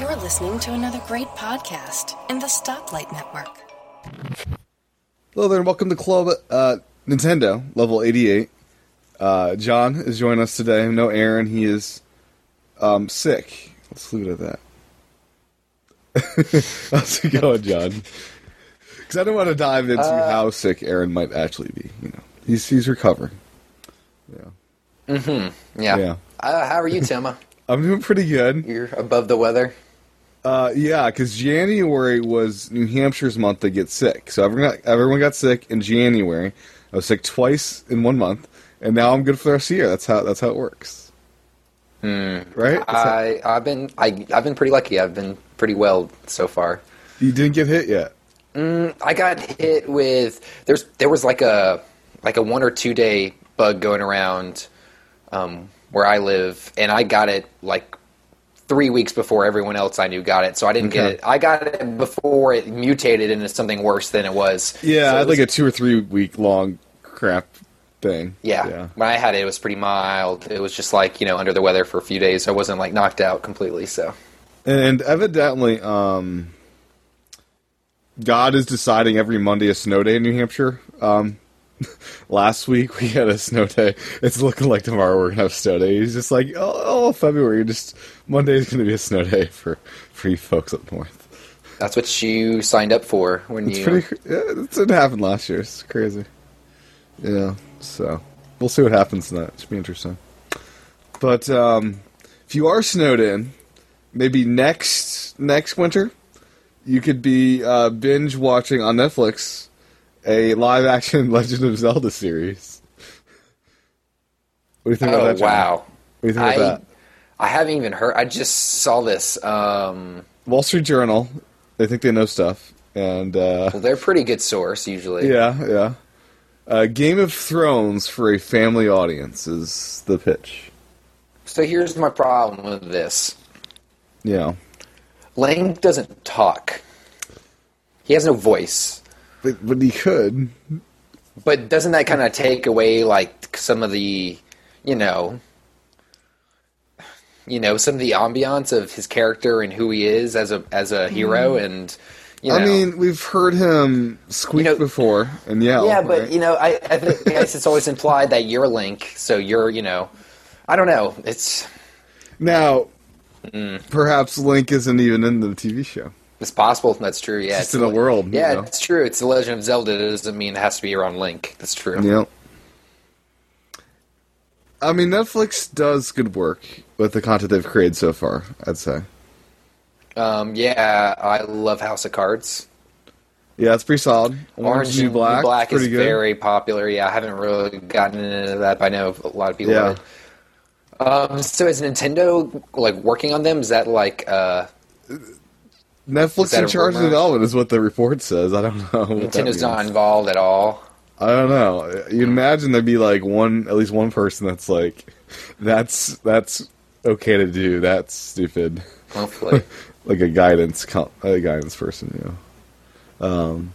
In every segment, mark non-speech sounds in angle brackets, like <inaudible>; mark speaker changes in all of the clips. Speaker 1: You're listening to another great podcast in the Stoplight Network.
Speaker 2: Hello there, and welcome to Club uh, Nintendo Level 88. Uh, John is joining us today. No Aaron, he is um, sick. Let's leave it at that. <laughs> How's it going, John? Because I don't want to dive into how sick Aaron might actually be. You know, he's he's recovering.
Speaker 3: Yeah.
Speaker 2: Yeah.
Speaker 3: Uh, how are you, <laughs> Tama?
Speaker 2: I'm doing pretty good.
Speaker 3: You're above the weather.
Speaker 2: Uh, yeah, because January was New Hampshire's month to get sick, so everyone got, everyone got sick in January. I was sick twice in one month, and now I'm good for the rest of the year. That's how that's how it works.
Speaker 3: Hmm.
Speaker 2: Right? That's how-
Speaker 3: I I've been I I've been pretty lucky. I've been pretty well so far.
Speaker 2: you didn't get hit yet.
Speaker 3: I got hit with there's there was like a like a one or two day bug going around um, where I live, and I got it like three weeks before everyone else I knew got it. So I didn't get
Speaker 2: Okay.
Speaker 3: it. I got it before it mutated into something worse than it was.
Speaker 2: Yeah, I
Speaker 3: So it
Speaker 2: had
Speaker 3: was-
Speaker 2: like a two or three week long crap thing.
Speaker 3: Yeah. When I had it, it was pretty mild. It was just like, you know, under the weather for a few days. I wasn't like knocked out completely. So,
Speaker 2: And evidently, um, God is deciding every Monday a snow day in New Hampshire. Um, <laughs> last week we had a snow day. It's looking like tomorrow we're gonna have snow day. He's just like, oh, oh February, just Monday is gonna be a snow day for for you folks up north.
Speaker 3: that's what you signed up for when
Speaker 2: It's
Speaker 3: you.
Speaker 2: pretty. cr- Yeah, it's, it happened last year. It's crazy. Yeah. So we'll see what happens in that. It should be interesting. But um, if you are snowed in, maybe next next winter, you could be uh, binge watching on Netflix a live action <laughs> Legend of Zelda series. What do you think about
Speaker 3: oh,
Speaker 2: that? John?
Speaker 3: wow.
Speaker 2: What do you think about
Speaker 3: I,
Speaker 2: that?
Speaker 3: I haven't even heard. I just saw this. Um,
Speaker 2: Wall Street Journal. They think they know stuff, and uh,
Speaker 3: well, they're a pretty good source usually.
Speaker 2: Yeah, yeah. Uh, Game of Thrones for a family audience is the pitch.
Speaker 3: So here's my problem with this
Speaker 2: Yeah.
Speaker 3: Lang doesn't talk, he has no voice.
Speaker 2: But, but he could.
Speaker 3: But doesn't that kind of take away like some of the, you know, you know, some of the ambiance of his character and who he is as a as a hero and you know.
Speaker 2: Mm-hmm. I mean, oh, we've heard him squeak
Speaker 3: You know-
Speaker 2: before and yell.
Speaker 3: yeah, but
Speaker 2: right?
Speaker 3: you know, I I, think, I guess it's always implied that you're Link, so you're you know, I don't know. It's
Speaker 2: now
Speaker 3: Mm.
Speaker 2: perhaps Link isn't even in the TV show.
Speaker 3: it's possible that's true. Yeah,
Speaker 2: Just in the world, you
Speaker 3: Yeah,
Speaker 2: know.
Speaker 3: it's true. It's the Legend of Zelda. It doesn't mean it has to be around Link. That's true.
Speaker 2: Yep. I mean, Netflix does good work with the content they've created so far. I'd say.
Speaker 3: Um, yeah, I love House of Cards.
Speaker 2: Yeah, it's pretty solid.
Speaker 3: Orange
Speaker 2: New
Speaker 3: and Black,
Speaker 2: Black
Speaker 3: is
Speaker 2: pretty good.
Speaker 3: very popular. Yeah, I haven't really gotten into that, but I know a lot of people.
Speaker 2: Yeah.
Speaker 3: are. Um, so is Nintendo like working on them? Is that like uh, Is
Speaker 2: Netflix
Speaker 3: that
Speaker 2: in
Speaker 3: a
Speaker 2: charge of
Speaker 3: rumor?
Speaker 2: development is what the report says. I don't know. what that
Speaker 3: Nintendo's
Speaker 2: means.
Speaker 3: not involved
Speaker 2: <laughs>
Speaker 3: at all?
Speaker 2: I don't know. You'd imagine there'd be like one, at least one person that's like, that's that's okay to do. That's stupid.
Speaker 3: Hopefully,
Speaker 2: Like a guidance, co- a guidance person, you know. Um,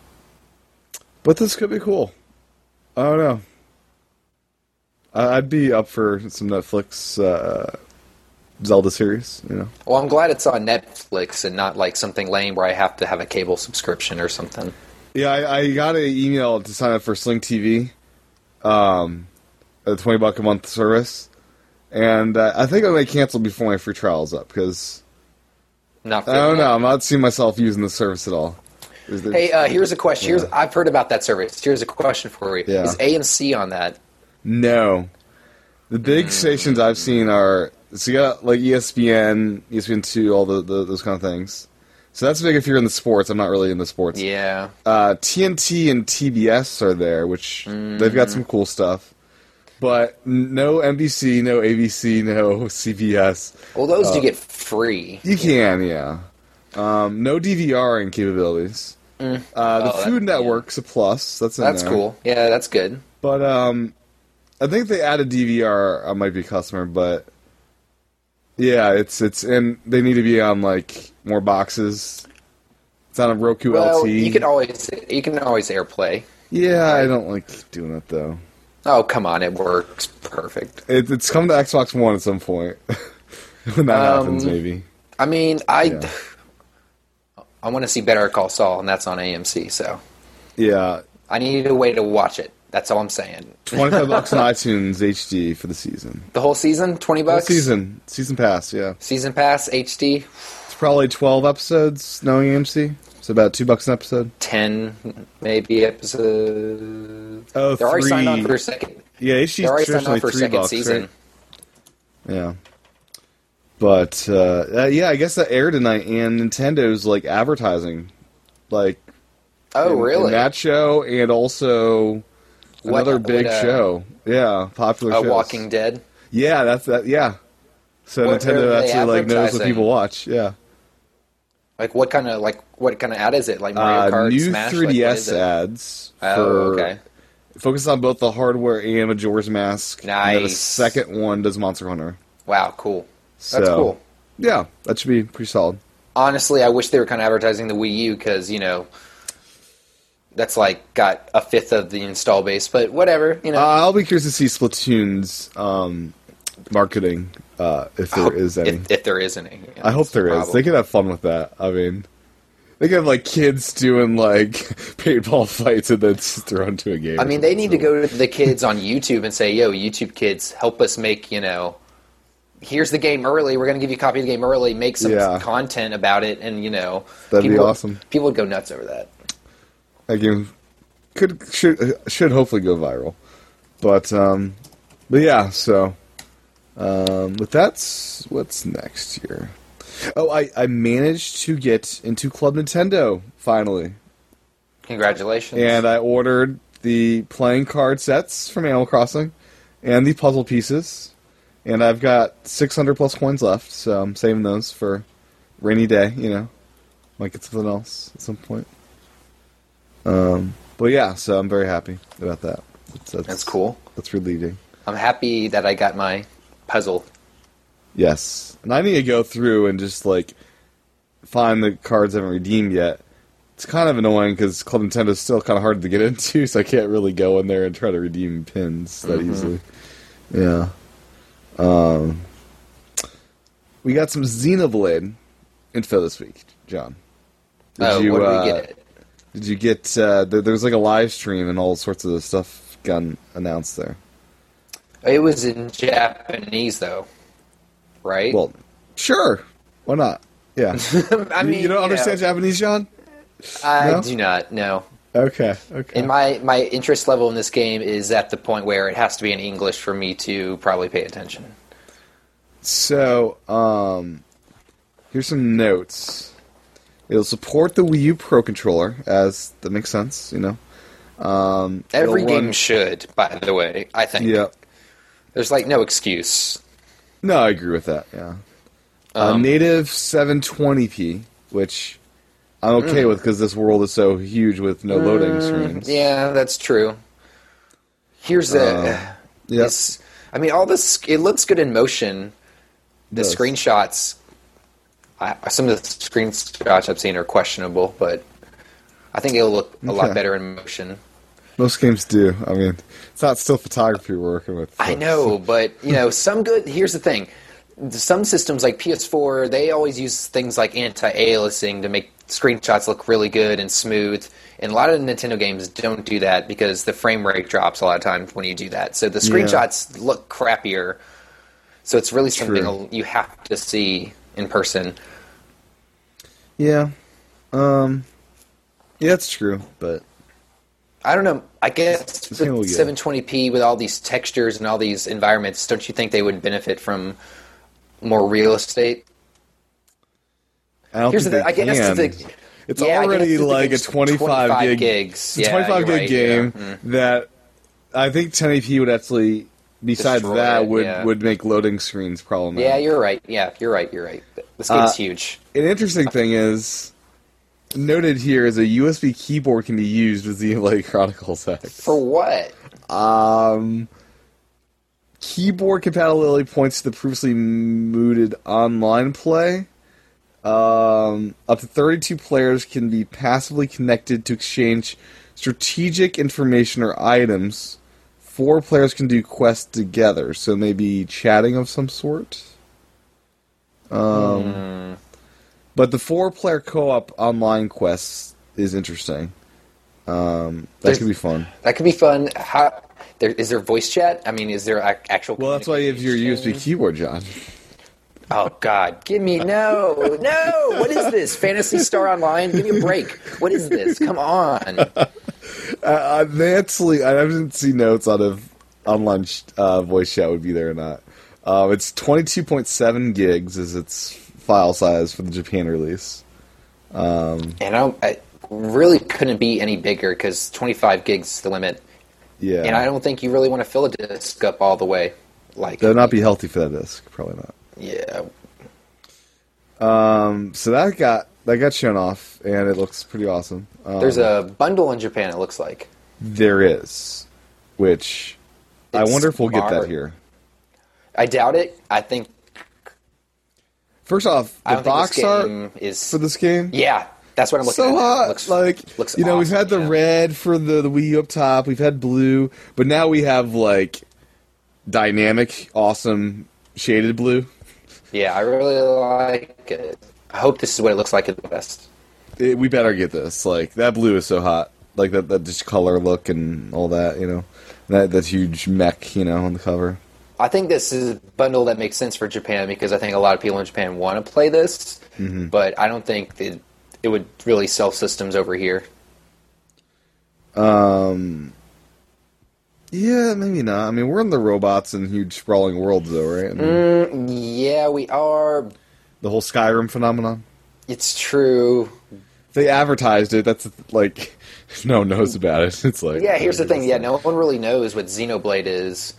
Speaker 2: but this could be cool. I don't know. I- I'd be up for some Netflix uh, Zelda series, you know.
Speaker 3: well, I'm glad it's on Netflix and not like something lame where I have to have a cable subscription or something.
Speaker 2: Yeah, I, I got an email to sign up for Sling TV, um, a twenty buck a month service, and uh, I think I may cancel before my free trial's up because
Speaker 3: Not.
Speaker 2: I don't know. I'm not seeing myself using the service at all. Is there-
Speaker 3: Hey, uh, here's a question. Here's I've heard about that service. Here's a question for you.
Speaker 2: Yeah.
Speaker 3: Is AMC on that?
Speaker 2: no, the big stations I've seen are so you got like E ESPN, ESPN two, all the, the those kind of things. So that's big if you're in the sports. I'm not really in the sports.
Speaker 3: Yeah.
Speaker 2: uh, TNT and TBS are there, which they've got
Speaker 3: Mm.
Speaker 2: some cool stuff. But n- no NBC, no ABC, no <laughs> CBS.
Speaker 3: Well, those do get free.
Speaker 2: You can, uh, yeah. Um, no DVRing capabilities. Uh, the
Speaker 3: Oh, that-
Speaker 2: Food Network's a plus. That's in
Speaker 3: That's
Speaker 2: there.
Speaker 3: cool. Yeah, that's good.
Speaker 2: But um, I think they added DVR. I might be a customer, but yeah, it's it's and they need to be on like more boxes. It's on a Roku
Speaker 3: Well,
Speaker 2: LT.
Speaker 3: you can always you can always AirPlay.
Speaker 2: yeah, I don't like doing it though.
Speaker 3: Oh, come on, it works perfect.
Speaker 2: It, it's come to Xbox One at some point. <laughs> when that
Speaker 3: Um,
Speaker 2: happens, maybe.
Speaker 3: I mean, I
Speaker 2: Yeah.
Speaker 3: I want to see Better Call Saul, and that's on AMC. So
Speaker 2: Yeah,
Speaker 3: I need a way to watch it. That's all I'm saying.
Speaker 2: twenty five bucks
Speaker 3: <laughs>
Speaker 2: on iTunes HD for the season.
Speaker 3: The whole season, twenty
Speaker 2: Whole
Speaker 3: bucks.
Speaker 2: season, season pass. Yeah,
Speaker 3: Season pass, HD,
Speaker 2: it's probably twelve episodes. Knowing AMC, it's about two bucks an episode.
Speaker 3: ten maybe episode.
Speaker 2: Oh,
Speaker 3: They're already signed on
Speaker 2: three.
Speaker 3: for a second.
Speaker 2: Yeah, HD
Speaker 3: They're already signed
Speaker 2: traditionally
Speaker 3: on for a
Speaker 2: three
Speaker 3: second
Speaker 2: bucks.
Speaker 3: season.
Speaker 2: right? Yeah. But uh, uh, yeah, I guess that aired tonight, and Nintendo's like advertising, like
Speaker 3: Oh,
Speaker 2: in-
Speaker 3: really?
Speaker 2: in that show, and also
Speaker 3: What-
Speaker 2: another big
Speaker 3: what, uh,
Speaker 2: show. Yeah, popular.
Speaker 3: A
Speaker 2: shows.
Speaker 3: Walking Dead.
Speaker 2: Yeah, that's that. Yeah. So
Speaker 3: What are
Speaker 2: Nintendo
Speaker 3: they
Speaker 2: actually like knows what
Speaker 3: advertising?
Speaker 2: people watch. Yeah.
Speaker 3: Like what kind of like what kind of ad is it? Like
Speaker 2: Uh,
Speaker 3: Mario Kart,
Speaker 2: new
Speaker 3: Smash, like, what
Speaker 2: 3DS
Speaker 3: is it?
Speaker 2: ads.
Speaker 3: Oh, okay.
Speaker 2: Focus on both the hardware and Majora's Mask. And then the
Speaker 3: Nice.
Speaker 2: second one does Monster Hunter.
Speaker 3: Wow, cool.
Speaker 2: So,
Speaker 3: That's cool.
Speaker 2: Yeah, that should be pretty solid.
Speaker 3: Honestly, I wish they were kind of advertising the Wii U because you know that's like got a fifth of the install base, but whatever. You know,
Speaker 2: Uh, I'll be curious to see Splatoon's um, marketing uh, if there is any.
Speaker 3: Oh, if, if there is any, you know,
Speaker 2: I hope
Speaker 3: that's the
Speaker 2: there is.
Speaker 3: problem.
Speaker 2: They could have fun with that. I mean, they could have like kids doing like <laughs> paintball fights and then just thrown to a game.
Speaker 3: I mean, they need to go
Speaker 2: <laughs>
Speaker 3: to the kids on YouTube and say, "Yo, YouTube kids, help us make you know." Here's the game early. We're going to give you a copy of the game early. Make some
Speaker 2: Yeah.
Speaker 3: content about it, and you know,
Speaker 2: That'd be
Speaker 3: people-
Speaker 2: awesome.
Speaker 3: People would go nuts over that.
Speaker 2: that game could should should hopefully go viral. But um, but yeah. So, um, but that's what's next here. Oh, I I managed to get into Club Nintendo finally,
Speaker 3: Congratulations!
Speaker 2: and uh, I ordered the playing card sets from Animal Crossing, and the puzzle pieces, and I've got 600 plus coins left, so I'm saving those for rainy day. You know, might get something else at some point. Um, but yeah, so I'm very happy about that. That's, that's,
Speaker 3: That's cool.
Speaker 2: That's relieving.
Speaker 3: I'm happy that I got my puzzle.
Speaker 2: Yes, and I need to go through and just like find the cards I haven't redeemed yet. It's kind of annoying because Club Nintendo's still kind of hard to get <laughs> into, so I can't really go in there and try to redeem pins that
Speaker 3: Mm-hmm.
Speaker 2: easily. Yeah. Um, we got some Xenoblade info this week, John. Did
Speaker 3: oh,
Speaker 2: you
Speaker 3: what do
Speaker 2: uh,
Speaker 3: we get?
Speaker 2: did you get uh, there, there was like a live stream and all sorts of stuff got announced there?
Speaker 3: It was in Japanese though, right?
Speaker 2: Well, sure, why not? Yeah.
Speaker 3: <laughs> I
Speaker 2: You-
Speaker 3: mean,
Speaker 2: you don't understand Japanese, John?
Speaker 3: I
Speaker 2: no?
Speaker 3: do not. No,
Speaker 2: Okay, okay.
Speaker 3: and my my interest level in this game is at the point where it has to be in English for me to probably pay attention.
Speaker 2: so, um, here's some notes. It'll support the Wii U Pro controller, as that makes sense, you know. Um,
Speaker 3: Every
Speaker 2: it'll
Speaker 3: game
Speaker 2: run-
Speaker 3: should, by the way. I think.
Speaker 2: yeah.
Speaker 3: There's like no excuse.
Speaker 2: No, I agree with that. Yeah.
Speaker 3: Um,
Speaker 2: uh, native 720p, which I'm okay with because this world is so huge with no loading screens.
Speaker 3: Mm. Yeah, that's true. Here's a.
Speaker 2: Um, yeah.
Speaker 3: this- I mean, all this. It looks good in motion. The
Speaker 2: Does.
Speaker 3: screenshots. I, some of the screenshots I've seen are questionable, but I think it'll look a lot
Speaker 2: Okay.
Speaker 3: better in motion.
Speaker 2: Most games do. I mean, it's not still photography we're working with.
Speaker 3: I
Speaker 2: so- <laughs>
Speaker 3: know, but you know, some good. Here's the thing: some systems like PS4, they always use things like anti-aliasing to make screenshots look really good and smooth. And a lot of the Nintendo games don't do that because the frame rate drops a lot of times when you do that. So the screenshots look crappier. So it's really something
Speaker 2: True.
Speaker 3: you have to see in person.
Speaker 2: Yeah. Um. Yeah, it's true, but
Speaker 3: I don't know. I guess
Speaker 2: This game will
Speaker 3: with
Speaker 2: get-
Speaker 3: 720p with all these textures and all these environments, don't you think they would benefit from more real estate?
Speaker 2: I don't
Speaker 3: Here's
Speaker 2: think
Speaker 3: the
Speaker 2: they
Speaker 3: thing, I guess
Speaker 2: can.
Speaker 3: the thing-
Speaker 2: it's
Speaker 3: Yeah, I guess
Speaker 2: already
Speaker 3: the thing
Speaker 2: like a
Speaker 3: is
Speaker 2: 25,
Speaker 3: 25
Speaker 2: gig,
Speaker 3: gigs.
Speaker 2: It's a
Speaker 3: Yeah,
Speaker 2: 25 gig
Speaker 3: you're
Speaker 2: game
Speaker 3: right, yeah. Mm.
Speaker 2: that I think 1080p would actually, besides
Speaker 3: Destroy
Speaker 2: that,
Speaker 3: it,
Speaker 2: would
Speaker 3: yeah.
Speaker 2: would make loading screens problematic.
Speaker 3: Yeah, you're right. Yeah, you're right. You're right. This game's
Speaker 2: Uh,
Speaker 3: huge.
Speaker 2: An interesting thing is noted here is a USB keyboard can be used with Xenoblade <laughs> Chronicles X.
Speaker 3: For what?
Speaker 2: Um, keyboard compatibility points to the previously mooted online play. Um, up to 32 players can be passively connected to exchange strategic information or items. Four players can do quests together, so maybe chatting of some sort. Um, But the four player co op online quests is interesting. Um, that
Speaker 3: There's-
Speaker 2: could be fun.
Speaker 3: That could be fun. How, there, is there voice chat? I mean, is there ac- actual?
Speaker 2: <sighs> Well, that's why you have your
Speaker 3: communication?
Speaker 2: USB keyboard, John.
Speaker 3: Oh God, give me no, no. What is this? Fantasy Star Online? Give me a break. What is this? Come on.
Speaker 2: Uh, Nancy, I haven't seen notes on if online sh- uh, voice chat would be there or not. Uh, it's 22.7 gigs is its file size for the Japan release.
Speaker 3: And I, don't- I really couldn't be any bigger because 25 gigs is the limit,
Speaker 2: Yeah,
Speaker 3: and I don't think you really want to fill a disc up all the way. Like,
Speaker 2: that'd not be healthy for that disc, probably not.
Speaker 3: yeah,
Speaker 2: Um, so that got that got shown off, and it looks pretty awesome. Um,
Speaker 3: there's a bundle in Japan. It looks like.
Speaker 2: there is, which I
Speaker 3: It's
Speaker 2: wonder if we'll get that
Speaker 3: smart.
Speaker 2: here.
Speaker 3: I doubt it. I think
Speaker 2: First off,
Speaker 3: I
Speaker 2: the
Speaker 3: don't
Speaker 2: box
Speaker 3: think this game
Speaker 2: art
Speaker 3: is.
Speaker 2: for this game,
Speaker 3: yeah, that's what I'm looking
Speaker 2: so
Speaker 3: at.
Speaker 2: hot.
Speaker 3: Looks,
Speaker 2: like
Speaker 3: looks
Speaker 2: you know, we've
Speaker 3: awesome,
Speaker 2: had the
Speaker 3: yeah.
Speaker 2: red for the, the Wii U up top. We've had blue, but now we have like dynamic, awesome shaded blue.
Speaker 3: Yeah, I really like it. I hope this is what it looks like at the best.
Speaker 2: It- Eh, we better get this. Like that blue is so hot. Like that that just color look and all that. You know, that that huge mech. You know, on the cover.
Speaker 3: I think this is a bundle that makes sense for Japan because I think a lot of people in Japan want to play this,
Speaker 2: Mm-hmm.
Speaker 3: but I don't think it, it would really sell systems over here.
Speaker 2: Yeah, maybe not. I mean, we're in the robots and huge sprawling worlds, though, right? And
Speaker 3: Yeah, we are.
Speaker 2: The whole Skyrim phenomenon.
Speaker 3: It's true.
Speaker 2: They advertised it. That's like <laughs> no one knows about it. It's like
Speaker 3: Yeah, here's the thing. Yeah, no one really knows what Xenoblade is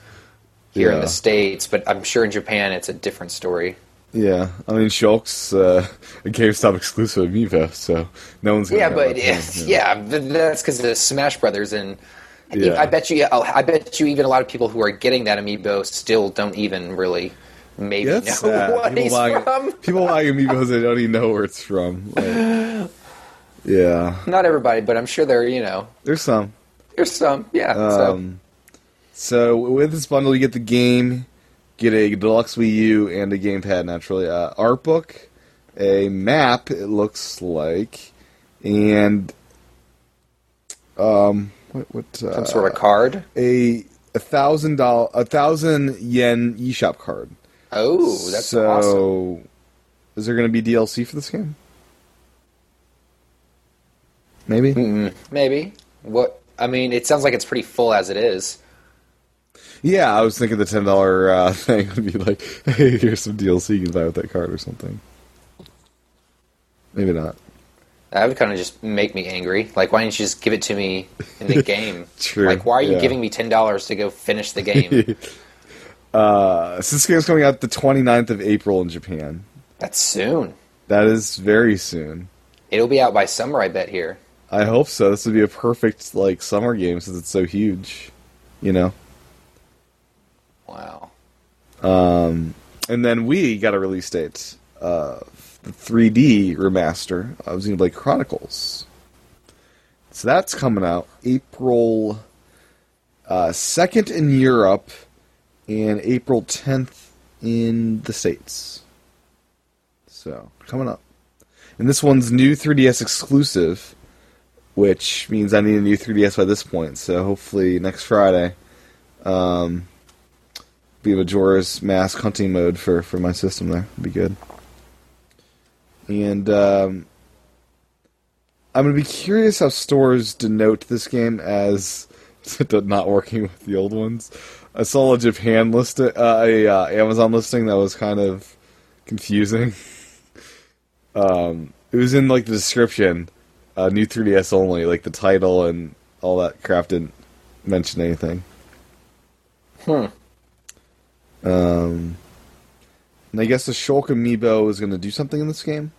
Speaker 3: here in
Speaker 2: Yeah.
Speaker 3: the States, but I'm sure in Japan it's a different story.
Speaker 2: Yeah, I mean Shulk's uh, a GameStop exclusive amiibo, so no one's. Gonna
Speaker 3: Yeah,
Speaker 2: know
Speaker 3: but
Speaker 2: about
Speaker 3: yeah,
Speaker 2: him, you know.
Speaker 3: <laughs> yeah th- that's because the Smash Brothers and
Speaker 2: Yeah.
Speaker 3: I bet you, oh, I bet you, even a lot of people who are getting that amiibo still don't even really maybe
Speaker 2: Yeah, that's
Speaker 3: know
Speaker 2: sad.
Speaker 3: what
Speaker 2: people
Speaker 3: he's
Speaker 2: buying,
Speaker 3: from.
Speaker 2: People buying amiibos they don't even know where it's from.
Speaker 3: <sighs>
Speaker 2: like, yeah,
Speaker 3: Not everybody, but I'm sure there, you know,
Speaker 2: there's some.
Speaker 3: there's some. Yeah. so
Speaker 2: Um, so with this bundle, you get the game, get a deluxe Wii U and a gamepad. Naturally, uh, art book, a map. It looks like, and um, what what uh,
Speaker 3: some sort of card.
Speaker 2: a a thousand dollar a thousand yen eShop card.
Speaker 3: Oh, that's
Speaker 2: so,
Speaker 3: awesome.
Speaker 2: Is there going to be DLC for this game? Maybe.
Speaker 3: Hmm. Maybe. What? I mean, it sounds like it's pretty full as it is.
Speaker 2: Yeah, I was thinking the ten dollar uh, <laughs> thing would be like, hey, here's some DLC you can buy with that card or something. Maybe not.
Speaker 3: That would kind of just make me angry. Like, why didn't you just give it to me
Speaker 2: <laughs>
Speaker 3: in the game?
Speaker 2: True,
Speaker 3: Like, why are you
Speaker 2: yeah.
Speaker 3: giving me ten dollars to go finish
Speaker 2: <laughs>
Speaker 3: the game?
Speaker 2: Uh, so this game's coming out the 29th of April in Japan.
Speaker 3: that's soon.
Speaker 2: That is very soon.
Speaker 3: It'll be out by summer, I bet. Here.
Speaker 2: I hope so. This would be a perfect like summer game since it's so huge, you know.
Speaker 3: Wow.
Speaker 2: And then we got a release date of the 3D remaster of Xenoblade Chronicles. So that's coming out April uh, 2nd in Europe and April 10th in the States. So, coming up. And this one's new 3DS exclusive, which means I need a new 3DS by this point. So, hopefully, next Friday be Majora's Mask hunting mode for, for my system there. It'd be good. And um, I'm gonna be curious how stores denote this game as <laughs> not working with the old ones. I saw a Japan list, uh, a uh, Amazon listing that was kind of confusing. <laughs> um, it was in like the description, uh, new 3DS only, like the title and all that crap didn't mention anything. And I guess the Shulk amiibo is going to do something in this game.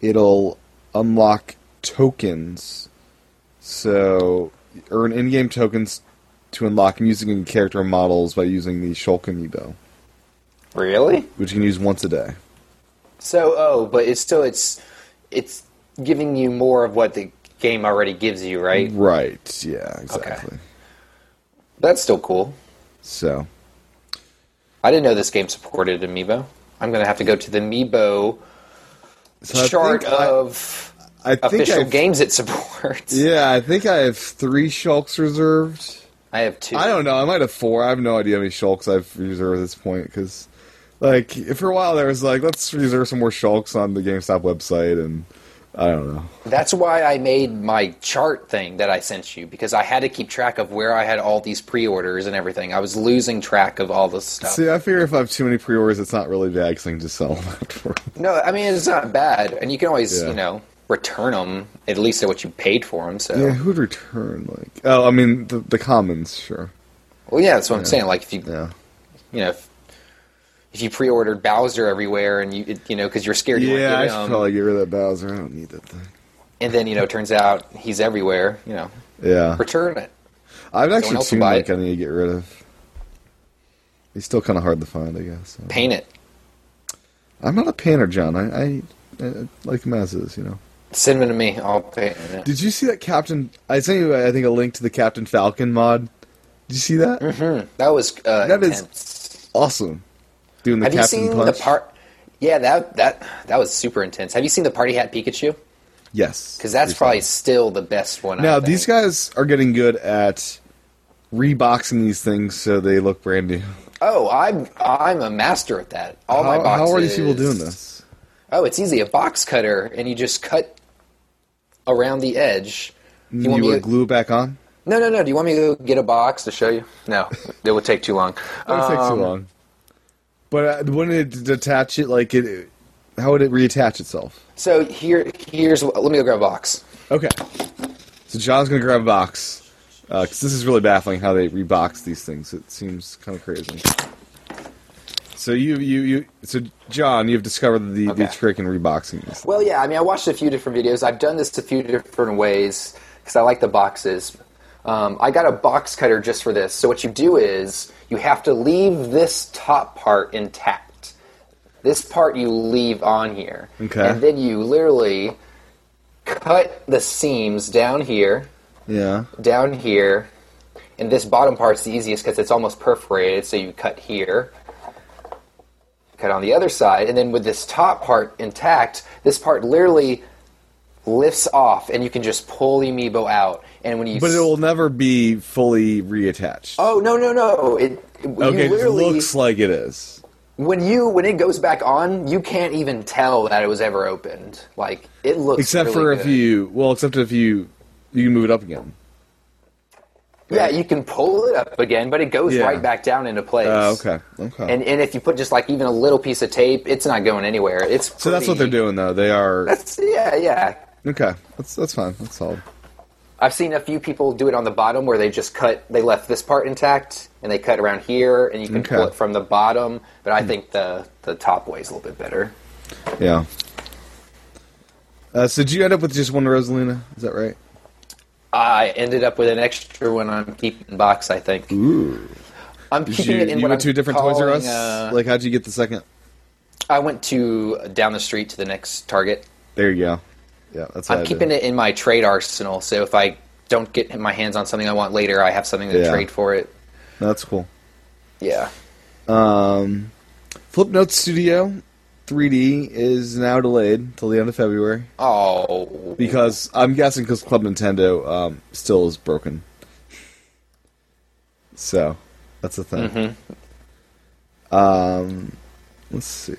Speaker 2: It'll unlock tokens. So, earn in game tokens to unlock music and character models by using the Shulk amiibo,
Speaker 3: Really?
Speaker 2: which you can use once a day.
Speaker 3: So, oh, but it's still it's it's giving you more of what the game already gives you, right?
Speaker 2: Mm. Right, yeah, exactly.
Speaker 3: That's still cool.
Speaker 2: So,
Speaker 3: I didn't know this game supported Amiibo. I'm gonna have to go to the Amiibo
Speaker 2: So I
Speaker 3: short
Speaker 2: think I-
Speaker 3: of
Speaker 2: I think
Speaker 3: official
Speaker 2: I've-
Speaker 3: games it supports.
Speaker 2: Yeah, I think I have three Shulks reserved.
Speaker 3: I have two.
Speaker 2: I don't know. I might have four. I have no idea how many Shulks I've reserved at this point because, like, for a while there was like, let's reserve some more Shulks on the GameStop website, and I don't know.
Speaker 3: That's why I made my chart thing that I sent you because I had to keep track of where I had all these pre-orders and everything. I was losing track of all this stuff.
Speaker 2: See, I figure if I have too many pre-orders, it's not really bad because I can just sell them <laughs> afterward.
Speaker 3: no, I mean it's not bad, and you can always
Speaker 2: Yeah.
Speaker 3: you know return them at least at what you paid for them. So
Speaker 2: Yeah, who'd return? Like, oh, I mean the the commons, sure.
Speaker 3: well, yeah, that's what I'm saying. Like if you
Speaker 2: Yeah,
Speaker 3: you know. If, if you pre-ordered Bowser everywhere and you it- you know because you're scared you um,
Speaker 2: yeah, I
Speaker 3: weren't
Speaker 2: should
Speaker 3: getting 'em,
Speaker 2: probably get rid of that Bowser. I don't need that thing.
Speaker 3: and then you know turns out he's everywhere you know
Speaker 2: Yeah,
Speaker 3: return it
Speaker 2: I've actually
Speaker 3: else will
Speaker 2: seen
Speaker 3: buy
Speaker 2: like
Speaker 3: it.
Speaker 2: I need to get rid of. He's still kind of hard to find, I guess. so.
Speaker 3: paint it
Speaker 2: I'm not a painter, John. I, I, I like him as is, you know.
Speaker 3: send them to me I'll paint it
Speaker 2: Did you see that Captain? I sent you, I think, a link to the Captain Falcon mod. Did you see that?
Speaker 3: Mm-hmm. that was uh,
Speaker 2: That is-
Speaker 3: intense.
Speaker 2: Awesome. Doing the
Speaker 3: Have you
Speaker 2: Captain
Speaker 3: seen
Speaker 2: Punch.
Speaker 3: the part? Yeah, that that that was super intense. Have you seen the Party Hat Pikachu?
Speaker 2: yes,
Speaker 3: Because that's probably still the best one. I
Speaker 2: Now
Speaker 3: think.
Speaker 2: these guys are getting good at reboxing these things so they look brand new.
Speaker 3: Oh, I'm I'm a master at that. All my
Speaker 2: how,
Speaker 3: boxes.
Speaker 2: how are these people doing this?
Speaker 3: Oh, it's easy. A box cutter, and you just cut around the edge. Do
Speaker 2: Mm, You,
Speaker 3: want me
Speaker 2: would
Speaker 3: to-
Speaker 2: glue it back on?
Speaker 3: No, no, no. Do you want me to go get a box to show you?
Speaker 2: <laughs>
Speaker 3: No, it would take too long.
Speaker 2: It would take too
Speaker 3: Um,
Speaker 2: long. But uh, wouldn't it detach it? Like it? How would it reattach itself?
Speaker 3: So here, here's. Let me go grab a box.
Speaker 2: Okay. So John's gonna grab a box because this is really baffling how they rebox these things. It seems kind of crazy. So you you you so John, you've discovered the, the
Speaker 3: Okay.
Speaker 2: trick in reboxing these.
Speaker 3: Well, yeah. I mean, I watched a few different videos. I've done this a few different ways because I like the boxes. Um, I got a box cutter just for this. So what you do is you have to leave this top part intact. This part you leave on here,
Speaker 2: Okay.
Speaker 3: and then you literally cut the seams down here,
Speaker 2: Yeah.
Speaker 3: down here, and this bottom part's the easiest because it's almost perforated. So you cut here, cut on the other side, and then with this top part intact, this part literally lifts off, and you can just pull the amiibo out. And when you,
Speaker 2: But it will never be fully reattached.
Speaker 3: oh no no no! It
Speaker 2: okay,
Speaker 3: you
Speaker 2: it just
Speaker 3: literally
Speaker 2: looks like it is.
Speaker 3: when you when it goes back on, you can't even tell that it was ever opened. Like it looks
Speaker 2: Except
Speaker 3: really
Speaker 2: for if
Speaker 3: good.
Speaker 2: you well, except if you you can move it up again.
Speaker 3: yeah you can pull it up again, but it goes
Speaker 2: Yeah.
Speaker 3: right back down into place.
Speaker 2: Uh, okay. Okay.
Speaker 3: And and if you put just like even a little piece of tape, it's not going anywhere. It's
Speaker 2: so that's what they're
Speaker 3: pretty-
Speaker 2: doing though. They are
Speaker 3: That's yeah, yeah.
Speaker 2: okay. That's that's fine. That's solid.
Speaker 3: I've seen a few people do it on the bottom where they just cut. They left this part intact and they cut around here, and you can
Speaker 2: Okay. Hmm.
Speaker 3: pull it from the bottom. But I think the the top way is a little bit better.
Speaker 2: Yeah. Uh, so did you end up with just one Rosalina? Is that right?
Speaker 3: I ended up with an extra one on keeping box. I think. Ooh. I'm
Speaker 2: Mm.
Speaker 3: <laughs>
Speaker 2: Did
Speaker 3: keeping
Speaker 2: you,
Speaker 3: it in
Speaker 2: you
Speaker 3: what
Speaker 2: went
Speaker 3: I'm
Speaker 2: to a different Toys R
Speaker 3: calling,
Speaker 2: Us?
Speaker 3: uh,
Speaker 2: like, how'd you get the second?
Speaker 3: I went to uh, down the street to the next Target.
Speaker 2: There you go. Yeah, that's.
Speaker 3: I'm keeping it in my trade arsenal. So if I don't get my hands on something I want later, I have something to
Speaker 2: Yeah.
Speaker 3: trade for it.
Speaker 2: That's cool.
Speaker 3: Yeah.
Speaker 2: Flipnote Studio 3D is now delayed till the end of February
Speaker 3: Oh.
Speaker 2: because I'm guessing because Club Nintendo um, still is broken. So that's the thing. Um,
Speaker 3: Mm-hmm.
Speaker 2: let's see.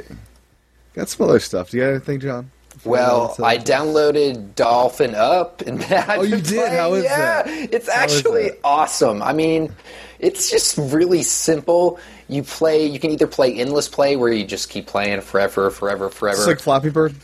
Speaker 2: Got some other stuff. Do you got anything, John?
Speaker 3: Well, I downloaded Dolphin Up, and <laughs> that
Speaker 2: Oh, you did? How is
Speaker 3: yeah,
Speaker 2: that?
Speaker 3: it's
Speaker 2: How is
Speaker 3: actually
Speaker 2: that?
Speaker 3: awesome. I mean, it's just really simple. You play. You can either play endless play, where you just keep playing forever, forever, forever.
Speaker 2: It's like Flappy Bird.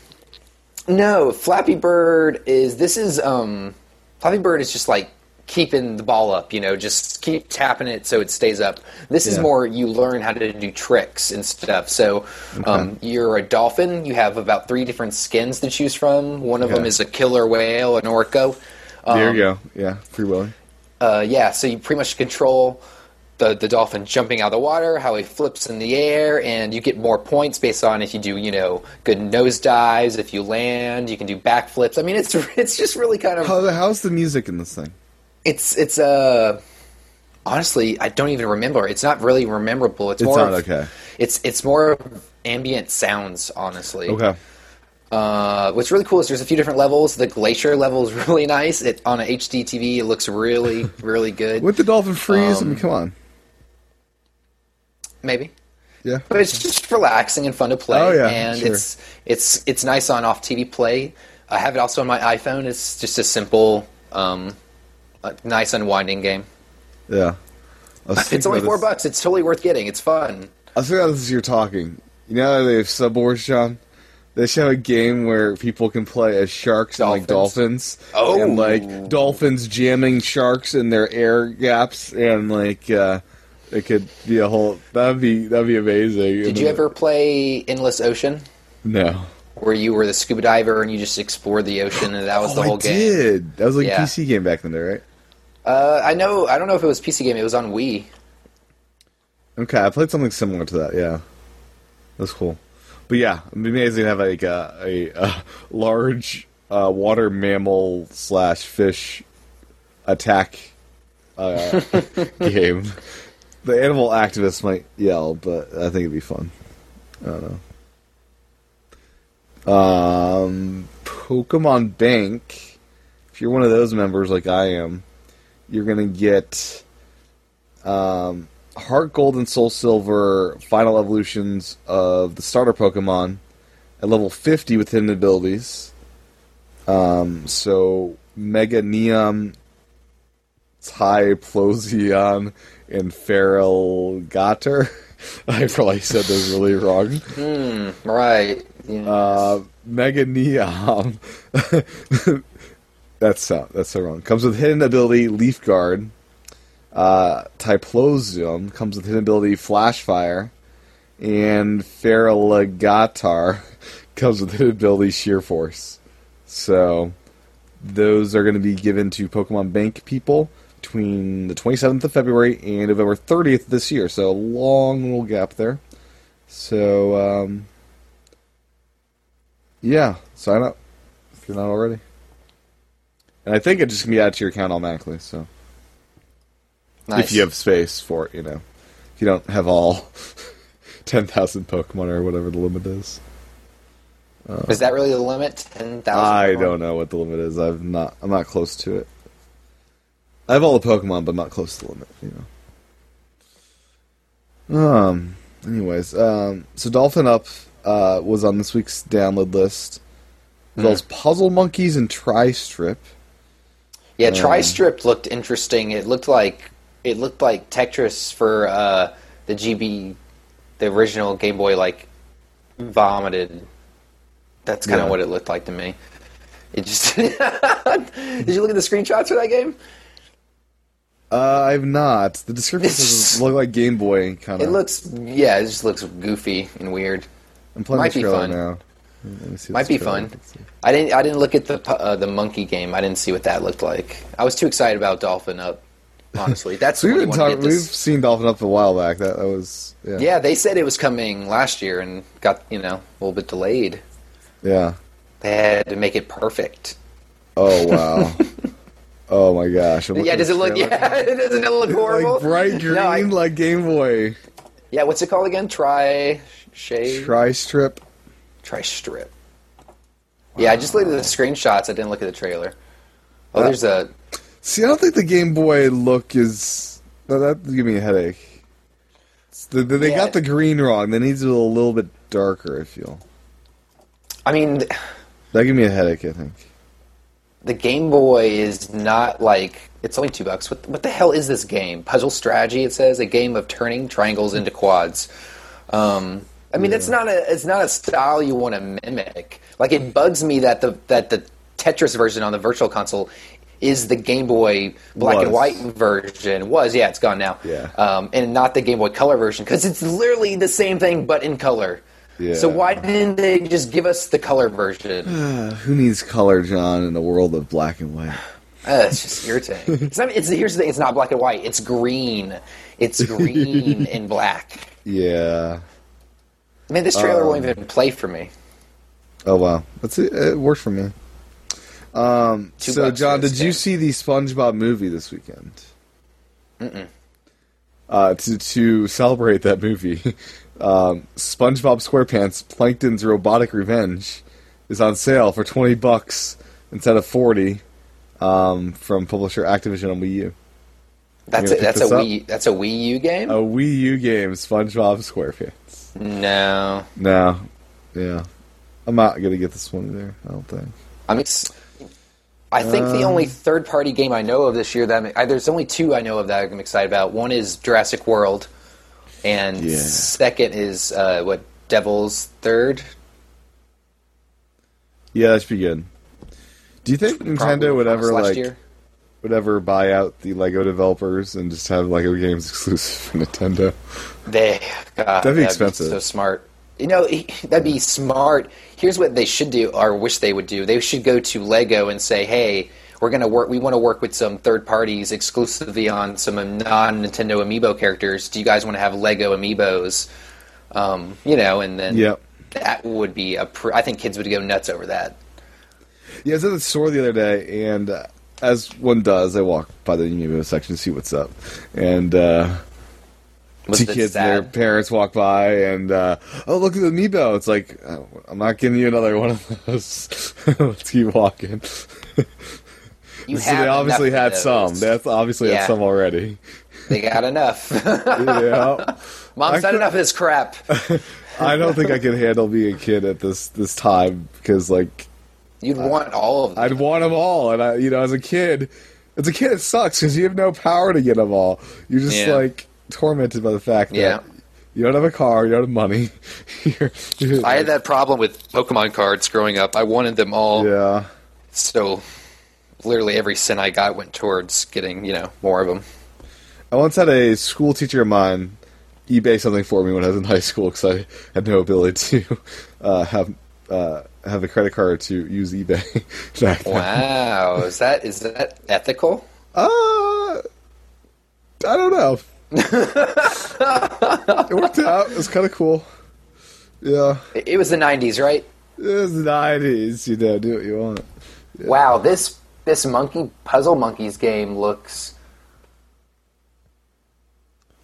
Speaker 3: no, Flappy Bird is. This is um, Flappy Bird is just like keeping the ball up. You know, just keep tapping it so it stays up. This is
Speaker 2: Yeah.
Speaker 3: more you learn how to do tricks and stuff. So um, you're a dolphin. You have about three different skins to choose from. One of
Speaker 2: Okay.
Speaker 3: them is a killer whale, an orco. Um,
Speaker 2: there you go. Yeah, Free Willy.
Speaker 3: uh, yeah, so you pretty much control the, the dolphin jumping out of the water, how he flips in the air, and you get more points based on if you do, you know, good nose dives, if you land, you can do backflips. I mean, it's <laughs> it's just really kind of
Speaker 2: How the, how's the music in this thing?
Speaker 3: it's it's uh honestly, I don't even remember. It's not really memorable. It's,
Speaker 2: It's
Speaker 3: more
Speaker 2: not
Speaker 3: of-
Speaker 2: okay.
Speaker 3: It's it's more of ambient sounds, honestly.
Speaker 2: Okay.
Speaker 3: Uh, what's really cool is there's a few different levels. The glacier level is <laughs> really nice. It on an HD TV, it looks really, really good.
Speaker 2: With the dolphin freeze,
Speaker 3: Um,
Speaker 2: I mean, come on.
Speaker 3: Maybe,
Speaker 2: Yeah.
Speaker 3: but it's just relaxing and fun to play.
Speaker 2: Oh, yeah,
Speaker 3: and
Speaker 2: sure.
Speaker 3: it's it's it's nice on off TV play. I have it also on my iPhone. It's just a simple, um, uh nice unwinding
Speaker 2: <laughs>
Speaker 3: game.
Speaker 2: Yeah. I was
Speaker 3: It's
Speaker 2: thinking
Speaker 3: only
Speaker 2: about
Speaker 3: four
Speaker 2: this-
Speaker 3: bucks. It's totally worth getting. It's fun.
Speaker 2: I was thinking about this as you're talking. You know how they have subboards, John? They should have a game where people can play as sharks and like dolphins.
Speaker 3: Oh.
Speaker 2: And like dolphins jamming sharks in their air gaps and like uh it could be a whole that'd be that'd be amazing.
Speaker 3: Did you ever play Endless Ocean,
Speaker 2: No.
Speaker 3: where you were the scuba diver and you just explored the ocean, and that was the
Speaker 2: oh,
Speaker 3: whole
Speaker 2: I
Speaker 3: game?
Speaker 2: did. That was like
Speaker 3: Yeah.
Speaker 2: a PC game back then, right?
Speaker 3: Uh, I know. I don't know if it was PC game. It was on Wii.
Speaker 2: Okay, I played something similar to that. Yeah, that's cool. But yeah, it'd be amazing to have like a, a, a <laughs> large uh, water mammal slash fish attack uh, game. The animal activists might yell, but I think it'd be fun. I don't know. Um, Pokemon Bank. If you're one of those members like I am, you're gonna get um, Heart Gold and Soul Silver final evolutions of the starter Pokemon at level 50 with hidden abilities. Um, so Mega Neum, Typhlosion, and Feral Gator. <laughs> I probably said those really wrong.
Speaker 3: Right. Yeah.
Speaker 2: Uh, Mega Neon. <laughs> that's so, that's so wrong. Comes with hidden ability Leaf Guard. Uh, Typlosium comes with hidden ability Flash Fire, and Feraligatr <laughs> comes with hidden ability Sheer Force. So those are going to be given to Pokemon Bank people between the 27th of February and November 30th this year. So a long little gap there. So um, yeah, sign up if you're not already. And I think it just can be added to your account automatically. So
Speaker 3: nice.
Speaker 2: if you have space for it, you know, if you don't have all <laughs> ten thousand Pokemon or whatever the limit is.
Speaker 3: is that really the limit? Ten thousand.
Speaker 2: I don't know what the limit is. I've not. I'm not close to it. I have all the Pokemon, but I'm not close to the limit. You know. Um. Anyways, um. So Dolphin Up uh, was on this week's download list.
Speaker 3: Hmm.
Speaker 2: As well as Puzzle Monkeys and Tri Strip.
Speaker 3: Yeah, Tri
Speaker 2: Um,
Speaker 3: Strip looked interesting. It looked like it looked like Tetris for uh, the GB, the original Game Boy. Like vomited. That's kind of
Speaker 2: Yeah.
Speaker 3: what it looked like to me. It just. <laughs> Did you look at the screenshots for that game?
Speaker 2: Uh, I've not. The description
Speaker 3: <laughs>
Speaker 2: doesn't look like Game Boy kind of.
Speaker 3: It looks. Yeah, it just looks goofy and weird.
Speaker 2: I'm playing
Speaker 3: might
Speaker 2: the
Speaker 3: be
Speaker 2: trailer
Speaker 3: fun.
Speaker 2: now. Let me see
Speaker 3: Might
Speaker 2: this
Speaker 3: be
Speaker 2: trailer.
Speaker 3: fun. I didn't. I didn't look at the pu- uh, the monkey game. I didn't see what that looked like. I was too excited about Dolphin Up.
Speaker 2: <laughs>
Speaker 3: Honestly, that's
Speaker 2: So
Speaker 3: what
Speaker 2: we've been
Speaker 3: we want to
Speaker 2: talking.
Speaker 3: get
Speaker 2: We've
Speaker 3: this.
Speaker 2: seen Dolphin Up a while back. That, that was yeah.
Speaker 3: Yeah, they said it was coming last year and got you know a little bit delayed.
Speaker 2: Yeah.
Speaker 3: They had to make it perfect.
Speaker 2: Oh
Speaker 3: <laughs>
Speaker 2: wow. oh my gosh. I'm
Speaker 3: Yeah,
Speaker 2: looking
Speaker 3: does it
Speaker 2: at the
Speaker 3: look?
Speaker 2: trailer.
Speaker 3: Yeah, <laughs> doesn't it look horrible?
Speaker 2: Like bright green,
Speaker 3: <laughs> No, I-
Speaker 2: like Game Boy.
Speaker 3: yeah, what's it called again? Try shade. Try,
Speaker 2: Tri Strip.
Speaker 3: strip. Yeah, I just looked at the screenshots. I didn't look at the trailer. Oh, there's a.
Speaker 2: See, I don't think the Game Boy look is. No, that give me a headache. It's the- the- they
Speaker 3: Yeah.
Speaker 2: got the green wrong. They need to be a little bit darker. I feel
Speaker 3: I mean, th-
Speaker 2: that give me a headache. I think.
Speaker 3: the Game Boy is not like it's only two bucks. What what the hell is this game? Puzzle strategy. It says a game of turning triangles into quads. Um, I mean, it's not a it's not a style you want to mimic. Like it bugs me that the that the Tetris version on the Virtual Console is the Game Boy black and
Speaker 2: Was.
Speaker 3: white version. Was yeah, it's gone now.
Speaker 2: Yeah.
Speaker 3: um, and not the Game Boy Color version because it's literally the same thing but in color. So
Speaker 2: Yeah.
Speaker 3: why didn't they just give us the color version?
Speaker 2: Who needs color, John, in a world of black and white?
Speaker 3: Uh, it's just irritating.
Speaker 2: <laughs>
Speaker 3: It's not, it's, here's the thing: it's not black and white. It's green.
Speaker 2: <laughs>
Speaker 3: It's green and black.
Speaker 2: Yeah.
Speaker 3: Man, this trailer won't
Speaker 2: Um,
Speaker 3: even play for me.
Speaker 2: Oh wow, that's it. It worked for me. Um.
Speaker 3: Two
Speaker 2: so,
Speaker 3: bucks
Speaker 2: John,
Speaker 3: for this
Speaker 2: did you
Speaker 3: game.
Speaker 2: see the SpongeBob movie this weekend? Mm. Uh, to to celebrate <laughs> that movie, um, SpongeBob SquarePants Plankton's Robotic Revenge is on sale for 20 bucks instead of 40 um, from publisher Activision on Wii U.
Speaker 3: That's
Speaker 2: You gonna pick
Speaker 3: a, that's a
Speaker 2: this up? Oh.
Speaker 3: Wii that's a Wii U game.
Speaker 2: A Wii U game, SpongeBob SquarePants.
Speaker 3: No,
Speaker 2: No, yeah, I'm not gonna get this one either. I don't think.
Speaker 3: I mean, it's, I think the
Speaker 2: Um.
Speaker 3: only third party game I know of this year that I'm, I, there's only two I know of that I'm excited about. One is Jurassic World, and
Speaker 2: Yeah.
Speaker 3: second is uh, what Devil's Third.
Speaker 2: Yeah, that should be good. Do you think
Speaker 3: probably
Speaker 2: Nintendo would
Speaker 3: from us
Speaker 2: ever
Speaker 3: last
Speaker 2: like
Speaker 3: year.
Speaker 2: would ever buy out the Lego developers and just have Lego games exclusive <laughs> for Nintendo?
Speaker 3: They God,
Speaker 2: That'd be expensive.
Speaker 3: so smart. You know, that'd be smart. Here's what they should do, or wish they would do. They should go to Lego and say, "Hey, we're gonna work. We want to work with some third parties exclusively on some non-Nintendo Amiibo characters. Do you guys want to have Lego Amiibos? Um, you know, and then
Speaker 2: Yep.
Speaker 3: that would be a. Pr- I think kids would go nuts over that.
Speaker 2: Yeah, I was at the store the other day, and uh, as one does, I walk by the Amiibo section to see what's up, and uh,
Speaker 3: Was
Speaker 2: two
Speaker 3: it
Speaker 2: kids and their
Speaker 3: sad?
Speaker 2: parents walk by, and uh, oh look at the Amiibo! It's like oh, I'm not giving you another one of those. <laughs> Let's keep walking.
Speaker 3: You
Speaker 2: so they obviously
Speaker 3: enough of
Speaker 2: had
Speaker 3: those.
Speaker 2: some. They obviously had
Speaker 3: Yeah.
Speaker 2: some
Speaker 3: <laughs>
Speaker 2: already.
Speaker 3: They got enough. <laughs>
Speaker 2: yeah.
Speaker 3: Mom's
Speaker 2: I
Speaker 3: had
Speaker 2: could-
Speaker 3: enough of this crap.
Speaker 2: I don't think I could handle being a kid at this this time because like
Speaker 3: You'd want all of them.
Speaker 2: I'd want them all, and I you know as a kid, as a kid it sucks because you have no power to get them all. You're just
Speaker 3: Yeah.
Speaker 2: like tormented by the fact that
Speaker 3: Yeah.
Speaker 2: you don't have a car, you don't have money. <laughs> You're- you're-
Speaker 3: I had that problem with Pokemon cards growing up. I wanted them all,
Speaker 2: yeah.
Speaker 3: so literally every cent I got went towards getting you know more of them.
Speaker 2: I once had a school teacher of mine eBay something for me when I was in high school because I had no ability to <laughs> uh, have uh, have a credit card to use eBay. <laughs> back then.
Speaker 3: Wow, is that is that ethical?
Speaker 2: Uh, I don't know. it worked out. It was kind of cool. Yeah,
Speaker 3: It it was the '90s, right?
Speaker 2: it was the nineties. You know, do what you want.
Speaker 3: Wow, this this monkey puzzle monkeys game looks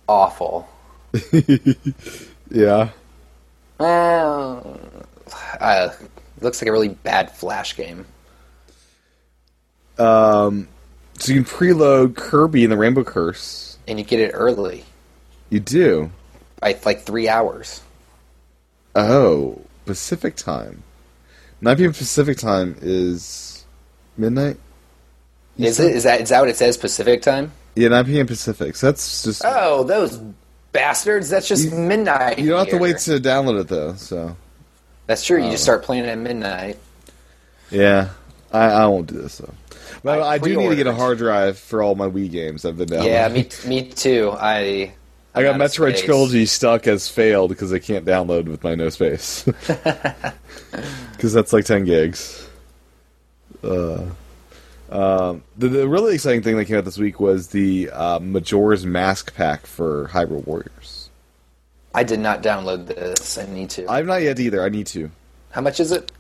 Speaker 3: awful.
Speaker 2: Yeah,
Speaker 3: Well, uh, looks like a really bad Flash game.
Speaker 2: so you can preload Kirby and the Rainbow Curse.
Speaker 3: and you get it early
Speaker 2: You do.
Speaker 3: by like three hours.
Speaker 2: Oh, Pacific time. 9 p.m. Pacific time is midnight.
Speaker 3: Is it is that is that what it says Pacific time?
Speaker 2: Yeah, 9 p.m. Pacific. So that's just
Speaker 3: Oh, those bastards! That's just midnight.
Speaker 2: you don't have to
Speaker 3: here.
Speaker 2: wait to Oh. download it though. So
Speaker 3: That's true. You just start playing at midnight.
Speaker 2: Yeah, I, I won't do this though. But I,
Speaker 3: I
Speaker 2: do need to get a
Speaker 3: pre-ordered.
Speaker 2: hard drive for all my Wii games. I've been down.
Speaker 3: Yeah, me me too. I
Speaker 2: Oh. I got
Speaker 3: I'm out of
Speaker 2: Metroid
Speaker 3: space.
Speaker 2: Trilogy stuck as failed because I can't download with my no space. <laughs> Because that's like ten gigs. Uh, um, the, the really exciting thing that came out this week was the uh, Majora's Mask pack for Hyrule Warriors.
Speaker 3: I did not download this. I need to.
Speaker 2: I've not yet either. I need to.
Speaker 3: How much is it?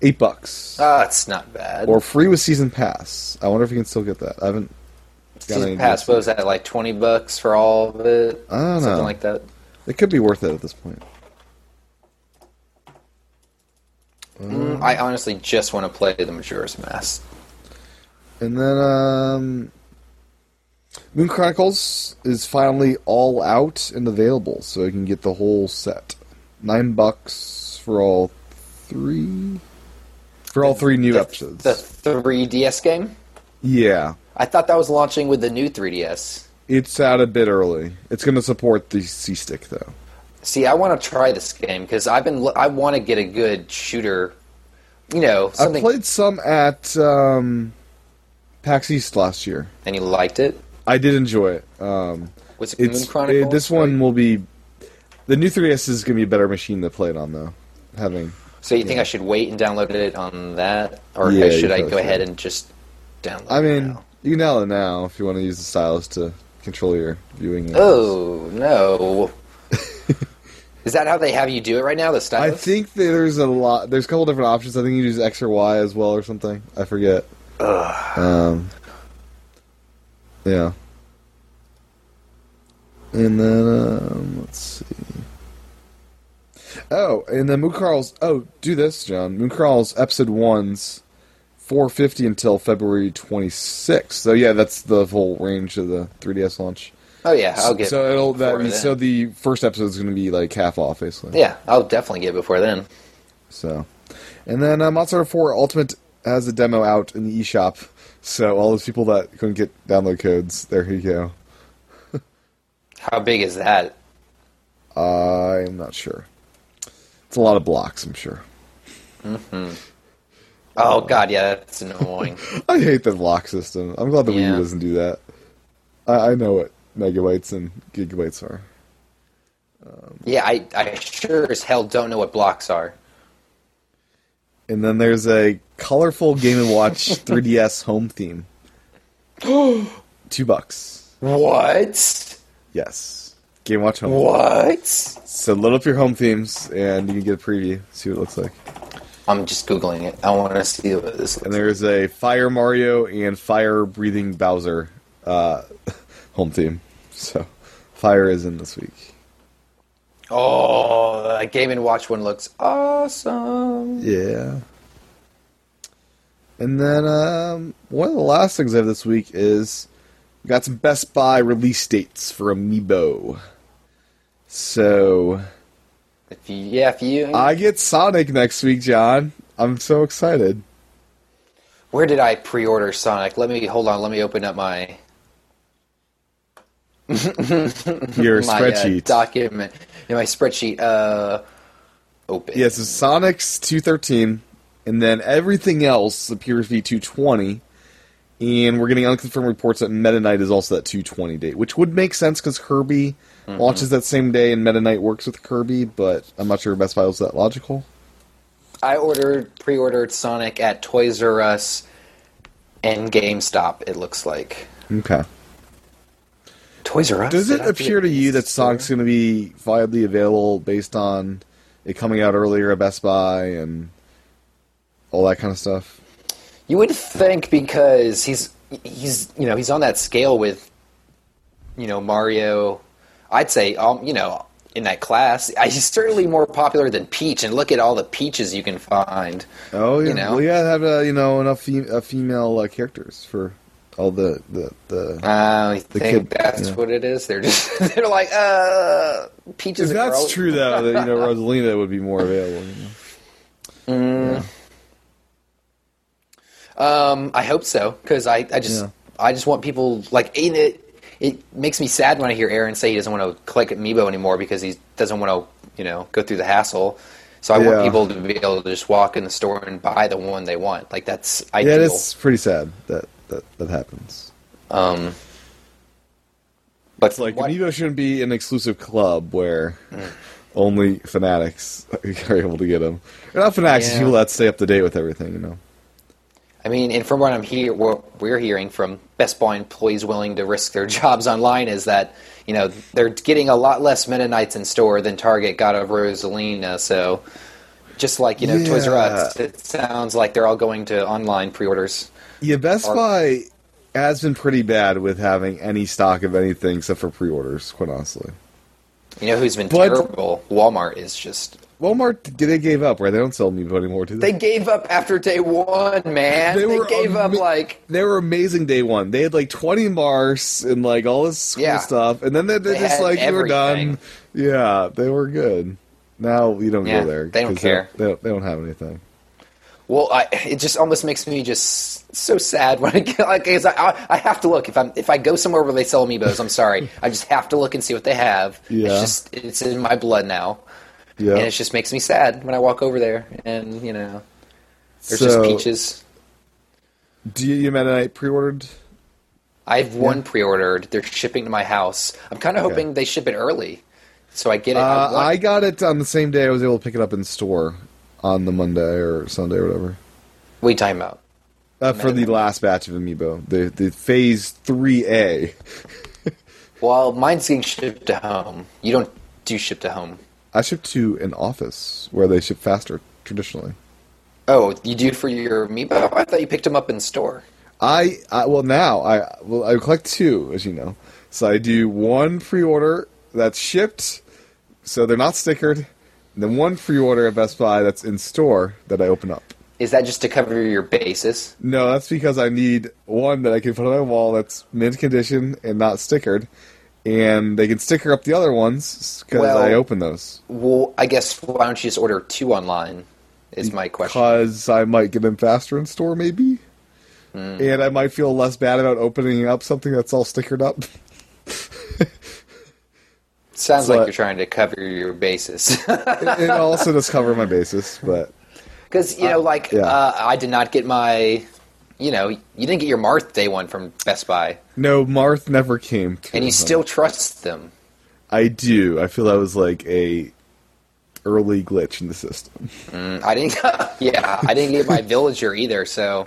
Speaker 2: Eight bucks
Speaker 3: Ah, it's not bad.
Speaker 2: or free with season pass. I wonder if you can still get that. I haven't. got any
Speaker 3: Season pass
Speaker 2: deals.
Speaker 3: what was that like twenty bucks for all of it.
Speaker 2: I don't
Speaker 3: Something
Speaker 2: know.
Speaker 3: like that.
Speaker 2: It could be worth it at this point.
Speaker 3: Mm, I honestly just want to play the Majora's Mask.
Speaker 2: And then um, Moon Chronicles is finally all out and available, so you can get the whole set. Nine bucks for all three. For all three new episodes.
Speaker 3: The 3DS game.
Speaker 2: yeah,
Speaker 3: I thought that was launching with the new 3DS.
Speaker 2: it's out a bit early. It's going to support the C Stick though.
Speaker 3: See, I want to try this game because I've been lo- I want to get a good shooter. You know,
Speaker 2: I
Speaker 3: something.
Speaker 2: played some at um, PAX East last year.
Speaker 3: and you liked it.
Speaker 2: I did enjoy it. Um,
Speaker 3: Was it
Speaker 2: it's
Speaker 3: Moon Chronicles?
Speaker 2: it- this one will be the new 3DS is going to be a better machine to play it on though. Having
Speaker 3: So you think I should wait and download it on that, or
Speaker 2: Yeah, you
Speaker 3: should I
Speaker 2: probably
Speaker 3: go ahead
Speaker 2: should.
Speaker 3: and just download?
Speaker 2: I
Speaker 3: it
Speaker 2: mean,
Speaker 3: now?
Speaker 2: you can dial it now if you want to use the stylus to control your viewing. angles.
Speaker 3: oh no. Is that how they have you do it right now?
Speaker 2: <laughs>
Speaker 3: The
Speaker 2: I
Speaker 3: stylus.
Speaker 2: think that there's a lot. There's a couple different options. I think you use X or Y as well or something. I forget. Um. Yeah. And then um, let's see. Oh, and then Mooncrawl's. Oh, do this, John. Mooncrawl's episode one's 450 until February 26th. So yeah, that's the full range of the 3DS launch.
Speaker 3: Oh yeah, I'll get.
Speaker 2: so it'll that
Speaker 3: before
Speaker 2: means,
Speaker 3: then.
Speaker 2: so the first episode is going to be like half off basically.
Speaker 3: yeah, I'll definitely get it before then.
Speaker 2: So, and then uh, Monster Hunter 4 Ultimate has a demo out in the eShop. So all those people that couldn't get download codes, there you go.
Speaker 3: How big is that?
Speaker 2: I'm not sure. It's a lot of blocks, I'm sure. <laughs>
Speaker 3: Oh god, yeah,
Speaker 2: <laughs>
Speaker 3: that's annoying.
Speaker 2: I hate the block system. I'm glad the Wii
Speaker 3: Yeah.
Speaker 2: U doesn't do that. I, I know what megabytes and gigabytes are.
Speaker 3: yeah, I, I sure as hell don't know what blocks are.
Speaker 2: And then there's a colorful Game and
Speaker 3: <laughs>
Speaker 2: Watch 3DS home
Speaker 3: <gasps>
Speaker 2: theme. Two bucks.
Speaker 3: What?
Speaker 2: Yes. Game Watch home.
Speaker 3: What?
Speaker 2: So load up your home themes and you can get a preview, see what it looks like.
Speaker 3: I'm just googling it. I want to see what this looks.
Speaker 2: And there's a Fire Mario and Fire Breathing Bowser uh, <laughs> home theme. So fire is in this week.
Speaker 3: Oh, that Game and Watch one looks awesome.
Speaker 2: Yeah. And then um, one of the last things I have this week is we got some Best Buy release dates for Amiibo. So
Speaker 3: If you, yeah, if you,
Speaker 2: I get Sonic next week, John. I'm so
Speaker 3: <laughs>
Speaker 2: excited.
Speaker 3: where did I pre-order Sonic? Let me hold on. Let me open up my
Speaker 2: Your
Speaker 3: my uh,
Speaker 2: spreadsheet.
Speaker 3: document. In my spreadsheet, uh, open.
Speaker 2: Yes, it's Sonic's 213, and then everything else appears to be 220. And we're getting unconfirmed reports that Meta Knight is also that 220 date, which would make sense because Kirby launches that same day and Meta Knight works with Kirby, but I'm not sure Best Buy was that logical.
Speaker 3: I ordered pre-ordered Sonic at Toys R Us and GameStop. It looks like
Speaker 2: Okay.
Speaker 3: Toys R Us.
Speaker 2: Does it
Speaker 3: Did I forget
Speaker 2: appear to you that
Speaker 3: store?
Speaker 2: Sonic's going to be widely available based on it coming out earlier at Best Buy and all that kind of stuff?
Speaker 3: You would think because he's he's you know he's on that scale with you know Mario. I'd say um you know in that class I- he's certainly more popular than Peach. And look at all the peaches you can find.
Speaker 2: Oh yeah,
Speaker 3: You know?
Speaker 2: well, yeah, have uh, you know enough fem- uh, female uh, characters for all the the, the
Speaker 3: Uh, I think
Speaker 2: kid-
Speaker 3: that's
Speaker 2: yeah.
Speaker 3: what it is. They're just <laughs> they're like uh Peach
Speaker 2: If
Speaker 3: is a
Speaker 2: that's
Speaker 3: girl.
Speaker 2: true, though, that you know Rosalina would be more available. You know?
Speaker 3: Um, I hope so because I, I just
Speaker 2: Yeah.
Speaker 3: I just want people like in it. It makes me sad when I hear Aaron say he doesn't want to click Amiibo anymore because he doesn't want to you know go through the hassle. So I
Speaker 2: Yeah.
Speaker 3: want people to be able to just walk in the store and buy the one they want. Like that's
Speaker 2: Yeah,
Speaker 3: ideal.
Speaker 2: it's pretty sad that that, that happens.
Speaker 3: um, but
Speaker 2: It's like
Speaker 3: what-
Speaker 2: Amiibo shouldn't be an exclusive club where
Speaker 3: Hmm.
Speaker 2: only fanatics <laughs> are able to get them. Or not fanatics,
Speaker 3: Yeah.
Speaker 2: people that stay up to date with everything. You know.
Speaker 3: I mean, and from what I'm hear, what we're hearing from Best Buy employees willing to risk their <laughs> jobs online is that you know they're getting a lot less Meta Knights in store than Target got of Rosalina. So, just like you know Toys R Us, it sounds like they're all going to online pre-orders.
Speaker 2: Yeah, Best
Speaker 3: Or-
Speaker 2: Buy has been pretty bad with having any stock of anything except for pre-orders. Quite honestly.
Speaker 3: You know who's been
Speaker 2: But-
Speaker 3: terrible? Walmart is just
Speaker 2: Walmart, they gave up, right? They don't sell Amiibo anymore, do
Speaker 3: they gave up after day one, man. They, gave up
Speaker 2: ama-
Speaker 3: like
Speaker 2: they were amazing day one. They had like twenty Mars and like all this cool
Speaker 3: Yeah.
Speaker 2: stuff, and then they, they,
Speaker 3: They
Speaker 2: just
Speaker 3: had
Speaker 2: like you were done.
Speaker 3: everything.
Speaker 2: Yeah, they were good. Now you don't
Speaker 3: Yeah,
Speaker 2: go there.
Speaker 3: they don't
Speaker 2: 'cause
Speaker 3: care.
Speaker 2: They don't, they don't have anything.
Speaker 3: Well, I, it just almost makes me just so sad when I get like 'cause I- I, I have to look if I'm if I go somewhere where they sell amiibos.
Speaker 2: <laughs>
Speaker 3: I'm sorry, I just have to look and see what they have.
Speaker 2: Yeah.
Speaker 3: It's just it's in my blood now,
Speaker 2: Yeah,
Speaker 3: and it just makes me sad when I walk over there and you know there's
Speaker 2: So,
Speaker 3: just peaches.
Speaker 2: Do you, you Meta Knight pre-ordered?
Speaker 3: I have one pre-ordered. They're shipping to my house. I'm kind of
Speaker 2: Okay.
Speaker 3: hoping they ship it early, so I get it.
Speaker 2: Uh,
Speaker 3: want-
Speaker 2: I got it on the same day. I was able to pick it up in store on the Monday or Sunday or whatever.
Speaker 3: what are you talking about?
Speaker 2: Uh, for the last batch of Amiibo, the the Phase Three A.
Speaker 3: Well, mine's getting shipped to home. You don't do ship to home.
Speaker 2: I shipped to an office where they ship faster traditionally.
Speaker 3: Oh, you do for your amiibo? I thought you picked them up in store.
Speaker 2: I, I well now I well I collect two as you know. So I do one pre-order that's shipped, so they're not stickered. and then one free order at Best Buy that's in store that I open up.
Speaker 3: Is that just to cover your bases?
Speaker 2: No, that's because I need one that I can put on my wall that's mint condition and not stickered, and they can sticker up the other ones because
Speaker 3: Well-
Speaker 2: I open those.
Speaker 3: Well, I guess why don't you just order two online? Is my question.
Speaker 2: Because I might get them faster in store, maybe, and I might feel less bad about opening up something that's all stickered up. <laughs>
Speaker 3: Sounds
Speaker 2: but-
Speaker 3: like you're trying to cover your bases. <laughs>
Speaker 2: and also just cover my bases, but
Speaker 3: Because you know, like
Speaker 2: yeah.
Speaker 3: uh, I did not get my, you know, you didn't get your Marth Day one from Best Buy,
Speaker 2: no, Marth never came. Through,
Speaker 3: and you
Speaker 2: huh?
Speaker 3: still trust them.
Speaker 2: I do. I feel that was like a early glitch in the system.
Speaker 3: Mm, I didn't. <laughs> yeah, I didn't get my Villager either. So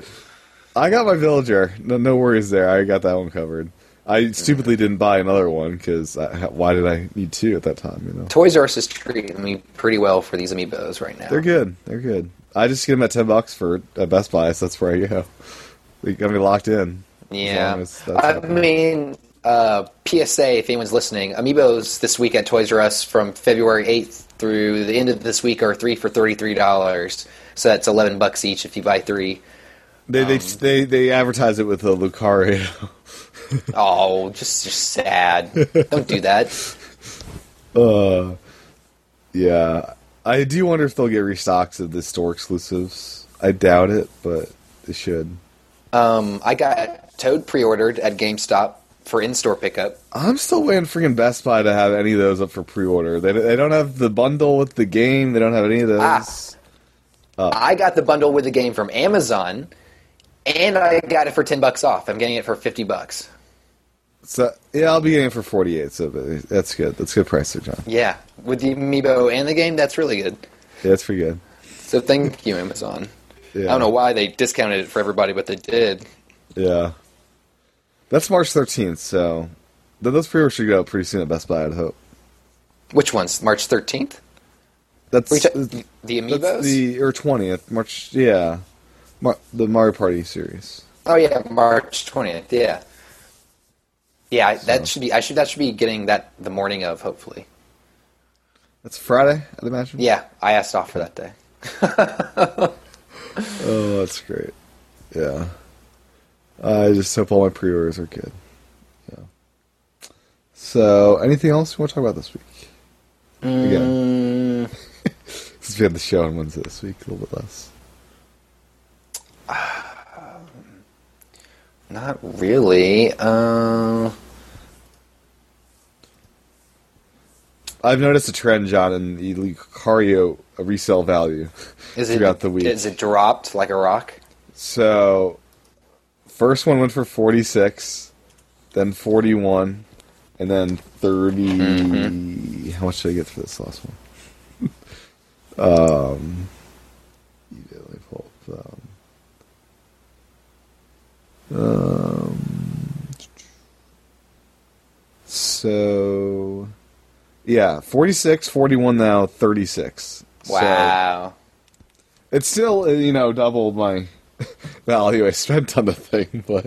Speaker 2: I got my villager. No, no worries there. I got that one covered. I stupidly didn't buy another one because why did I need two at that time? You know,
Speaker 3: Toys R Us is treating me pretty well for these amiibos right now.
Speaker 2: they're good. They're good. I just get them at ten bucks for at Best Buy. So that's where I go. They got me locked in. As
Speaker 3: Yeah,
Speaker 2: long as that's
Speaker 3: I
Speaker 2: happening.
Speaker 3: mean, uh, PSA. If anyone's listening, Amiibos this week at Toys R Us from February eighth through the end of this week are three for thirty-three dollars. So that's eleven bucks each if you buy three.
Speaker 2: they
Speaker 3: um,
Speaker 2: they they they advertise it with a Lucario.
Speaker 3: Oh, just, just sad. Don't do that.
Speaker 2: Uh, yeah, I do wonder if they'll get restocks of the store exclusives. I doubt it, but they should.
Speaker 3: Um, I got Toad pre-ordered at GameStop for in-store pickup.
Speaker 2: I'm still waiting freaking Best Buy to have any of those up for pre-order. They they don't have the bundle with the game. They don't have any of those.
Speaker 3: Ah. I got the bundle with the game from Amazon, and I got it for ten bucks off. I'm getting it for fifty bucks.
Speaker 2: So yeah, I'll be getting it for 48. So but that's good. That's a good price there, John.
Speaker 3: Yeah, with the amiibo and the game, that's really good.
Speaker 2: Yeah, that's pretty good.
Speaker 3: So thank you, Amazon.
Speaker 2: Yeah.
Speaker 3: I don't know why they discounted it for everybody, but they did.
Speaker 2: Yeah, that's March 13th. So th- those pre-orders should go out pretty soon at Best Buy. I'd hope.
Speaker 3: Which one's March thirteenth?
Speaker 2: That's
Speaker 3: The amiibos.
Speaker 2: That's the or twentieth March. Yeah, Mar- the Mario Party series.
Speaker 3: Oh yeah, March twentieth. Yeah, yeah. I That should be. I should. That should be getting that the morning of. Hopefully.
Speaker 2: That's Friday, I'd imagine.
Speaker 3: Yeah, I asked off for that day.
Speaker 2: Oh, that's great. Yeah. I just hope all my pre-orders are good. Yeah. So, anything else you want to talk about this week? Again,
Speaker 3: Mm,
Speaker 2: since we had the show on Wednesday this week, a little bit less.
Speaker 3: Not really. Uh,
Speaker 2: I've noticed a trend, John, in the Lucario resale value <laughs>
Speaker 3: is it
Speaker 2: throughout the week.
Speaker 3: Is it dropped like a rock?
Speaker 2: So, first one went for 46, then 41, and then 30. How much did I get for this last one? um, yeah, let me pull up. Um, um, so, yeah, 46, 41 now, 36. So-
Speaker 3: Wow.
Speaker 2: it's still uh, you know double my <laughs> value I spent on the thing, but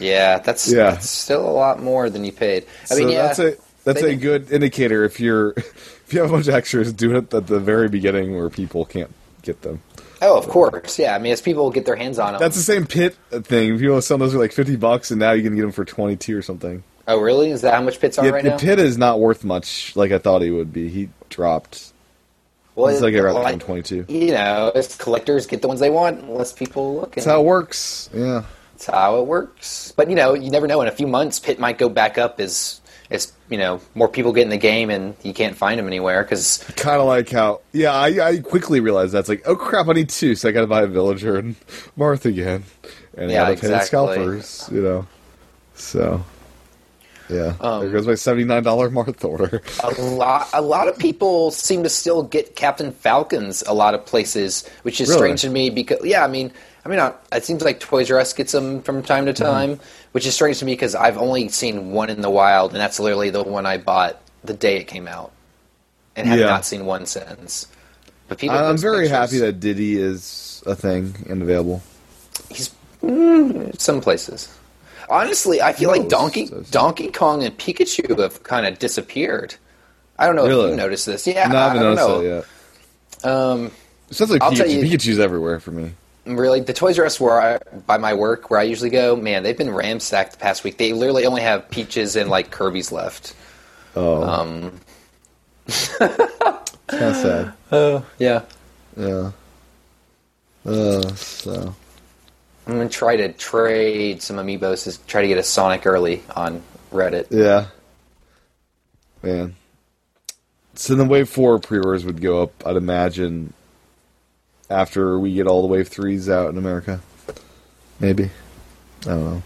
Speaker 3: yeah, that's,
Speaker 2: Yeah.
Speaker 3: that's still a lot more than you paid. I
Speaker 2: so
Speaker 3: mean, yeah,
Speaker 2: that's a that's a
Speaker 3: they did-
Speaker 2: good indicator if you're <laughs> if you have a bunch of extras, do it at the very beginning where people can't get them.
Speaker 3: Oh, of course. Yeah, I mean, as people get their hands on them.
Speaker 2: That's the same pit thing. People sell those for like fifty bucks, and now you can get them for twenty two or something.
Speaker 3: oh, really? Is that how much pits are
Speaker 2: Yeah,
Speaker 3: right
Speaker 2: the
Speaker 3: now?
Speaker 2: pit is not worth much, like I thought he would be. He dropped.
Speaker 3: well,
Speaker 2: He's like around
Speaker 3: well,
Speaker 2: like, twenty two.
Speaker 3: You know, as collectors get the ones they want, less people looking.
Speaker 2: That's how it works. Yeah.
Speaker 3: That's how it works. But you know, you never know. In a few months, Pit might go back up as as you know more people get in the game and you can't find them anywhere because
Speaker 2: Kind of like how, yeah, I, I quickly realized that's like, oh crap, I need two, so I got to buy a villager and <laughs> Martha again, and
Speaker 3: Yeah,
Speaker 2: I got to pay the
Speaker 3: exactly.
Speaker 2: scalpers, you know. So, yeah,
Speaker 3: Um,
Speaker 2: there goes my seventy nine dollar Martha order.
Speaker 3: a lot a lot of people seem to still get Captain Falcons a lot of places, which is
Speaker 2: Really?
Speaker 3: strange to me because yeah, I mean, I mean, I, it seems like Toys R Us gets them from time
Speaker 2: Mm-hmm.
Speaker 3: to time, which is strange to me because I've only seen one in the wild, and that's literally the one I bought the day it came out, and have
Speaker 2: Yeah.
Speaker 3: not seen one since. But people,
Speaker 2: I'm
Speaker 3: post
Speaker 2: very
Speaker 3: pictures.
Speaker 2: happy that Diddy is a thing and available.
Speaker 3: he's mm, some places. Honestly, I feel like
Speaker 2: Most
Speaker 3: Donkey
Speaker 2: places.
Speaker 3: Donkey Kong and Pikachu have kind of disappeared. I don't know if
Speaker 2: Really?
Speaker 3: you noticed this. Yeah,
Speaker 2: no, I haven't
Speaker 3: don't
Speaker 2: noticed
Speaker 3: know.
Speaker 2: that yet.
Speaker 3: Um,
Speaker 2: It sounds like
Speaker 3: I'll tell
Speaker 2: Pikachu.
Speaker 3: you-
Speaker 2: Pikachu's everywhere for me.
Speaker 3: really, the Toys R Us where I, by my work, where I usually go, man, they've been ram stacked the past week. They literally only have peaches and like Kirby's left. Um,
Speaker 2: Oh, it's kind of sad.
Speaker 3: Yeah,
Speaker 2: Yeah. Uh, so
Speaker 3: I'm gonna try to trade some amiibos to try to get a Sonic early on Reddit.
Speaker 2: yeah, man. So then, Wave Four pre-orders would go up. I'd imagine after we get all the Wave Threes out in America, maybe. I don't know.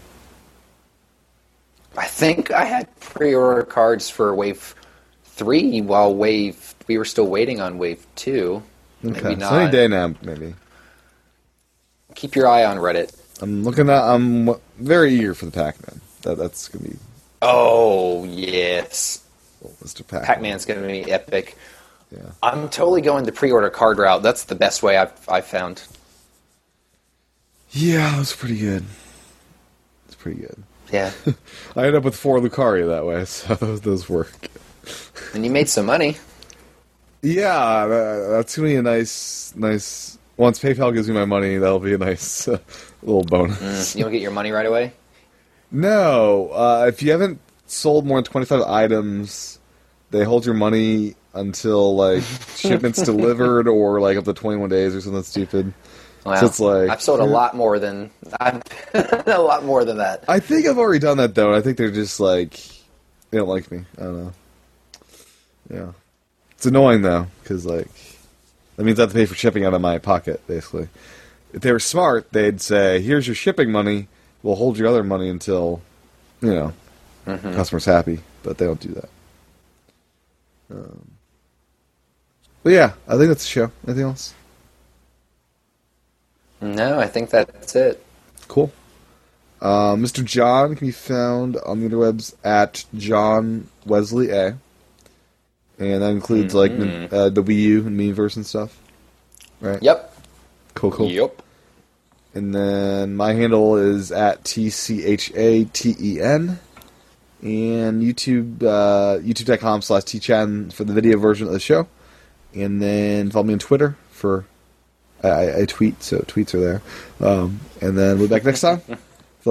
Speaker 3: I think I had pre-order cards for Wave Three, while Wave we were still waiting on Wave Two.
Speaker 2: Okay,
Speaker 3: Maybe not.
Speaker 2: sunny day now. Maybe
Speaker 3: Keep your eye on Reddit.
Speaker 2: I'm looking. At, I'm w- very eager for the Pac-Man. That that's gonna be
Speaker 3: Oh yes,
Speaker 2: well, Mr. Pac-Man.
Speaker 3: Pac-Man's gonna be epic.
Speaker 2: Yeah.
Speaker 3: I'm totally going the pre-order card route. That's the best way I've I've found.
Speaker 2: Yeah, it was pretty good. It's pretty good.
Speaker 3: Yeah,
Speaker 2: I ended up with four Lucario that way, <laughs> so those, those work.
Speaker 3: <laughs> and you made some money.
Speaker 2: Yeah, uh, that, that's gonna be a nice, nice. Once PayPal gives me my money, that'll be a nice <laughs> uh, little bonus.
Speaker 3: Hmm. You don't get your money right away.
Speaker 2: No, uh, if you haven't sold more than twenty-five items, they hold your money until like shipments delivered or like up to twenty-one days or something stupid.
Speaker 3: Wow.
Speaker 2: So it's like
Speaker 3: I've sold a lot more than I've <laughs> a lot more than that.
Speaker 2: I think I've already done that though. and I think they're just like they don't like me. I don't know. Yeah, it's annoying though because like that means I have to pay for shipping out of my pocket basically. If they were smart, they'd say, "Here's your shipping money. We'll hold your other money until you know customers happy." But they don't do that. Um, but yeah, I think that's the show. Anything else?
Speaker 3: No, I think that's it.
Speaker 2: Cool. Uh, Mr. John can be found on the interwebs at John Wesley A. And that includes like the, uh, the Wii U and Miiverse and stuff. Right?
Speaker 3: Mm-hmm. Yep.
Speaker 2: Cool, cool.
Speaker 3: Yep.
Speaker 2: And then my handle is at T C H A T E N. And YouTube, uh, youtube.com slash tchan for the video version of the show. And then follow me on Twitter for. I- I, I tweet, so tweets are there. Um, and then we'll be back next time for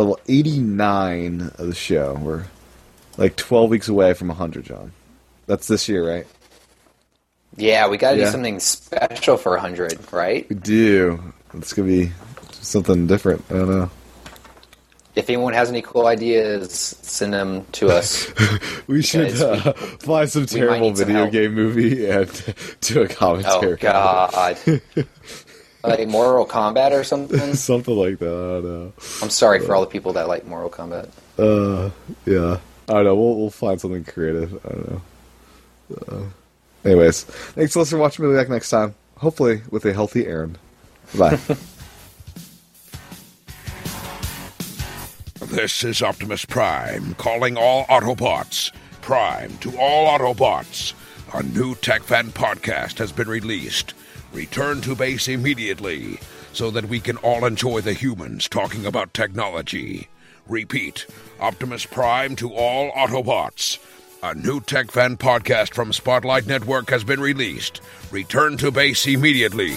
Speaker 2: level 89 of the show. We're like 12 weeks away from 100, John. That's this year, right?
Speaker 3: Yeah, we got to
Speaker 2: Yeah.
Speaker 3: do something special for hundred, right?
Speaker 2: We do. It's going to be something different. I don't know.
Speaker 3: If anyone has any cool ideas, send them
Speaker 2: <laughs>
Speaker 3: to us.
Speaker 2: We should
Speaker 3: Guys,
Speaker 2: uh, fly some
Speaker 3: might
Speaker 2: terrible
Speaker 3: need some
Speaker 2: video
Speaker 3: help.
Speaker 2: game movie and <laughs> do a commentary.
Speaker 3: oh
Speaker 2: <laughs>
Speaker 3: God, like Mortal Kombat or something.
Speaker 2: Something like that. I don't
Speaker 3: I'm sorry for all the people that like Mortal Kombat.
Speaker 2: know. Uh, yeah. I don't know. We'll, we'll find something creative. I don't know. Uh, anyways, thanks for listening. Watch me back next time. Hopefully with a healthy Aaron.
Speaker 3: <laughs>
Speaker 2: Bye.
Speaker 4: This is Optimus Prime calling all Autobots. Prime to all Autobots. A new TechFan podcast has been released. Return to base immediately so that we can all enjoy the humans talking about technology. Repeat Optimus Prime to all Autobots. A new TechFan podcast from Spotlight Network has been released. Return to base immediately.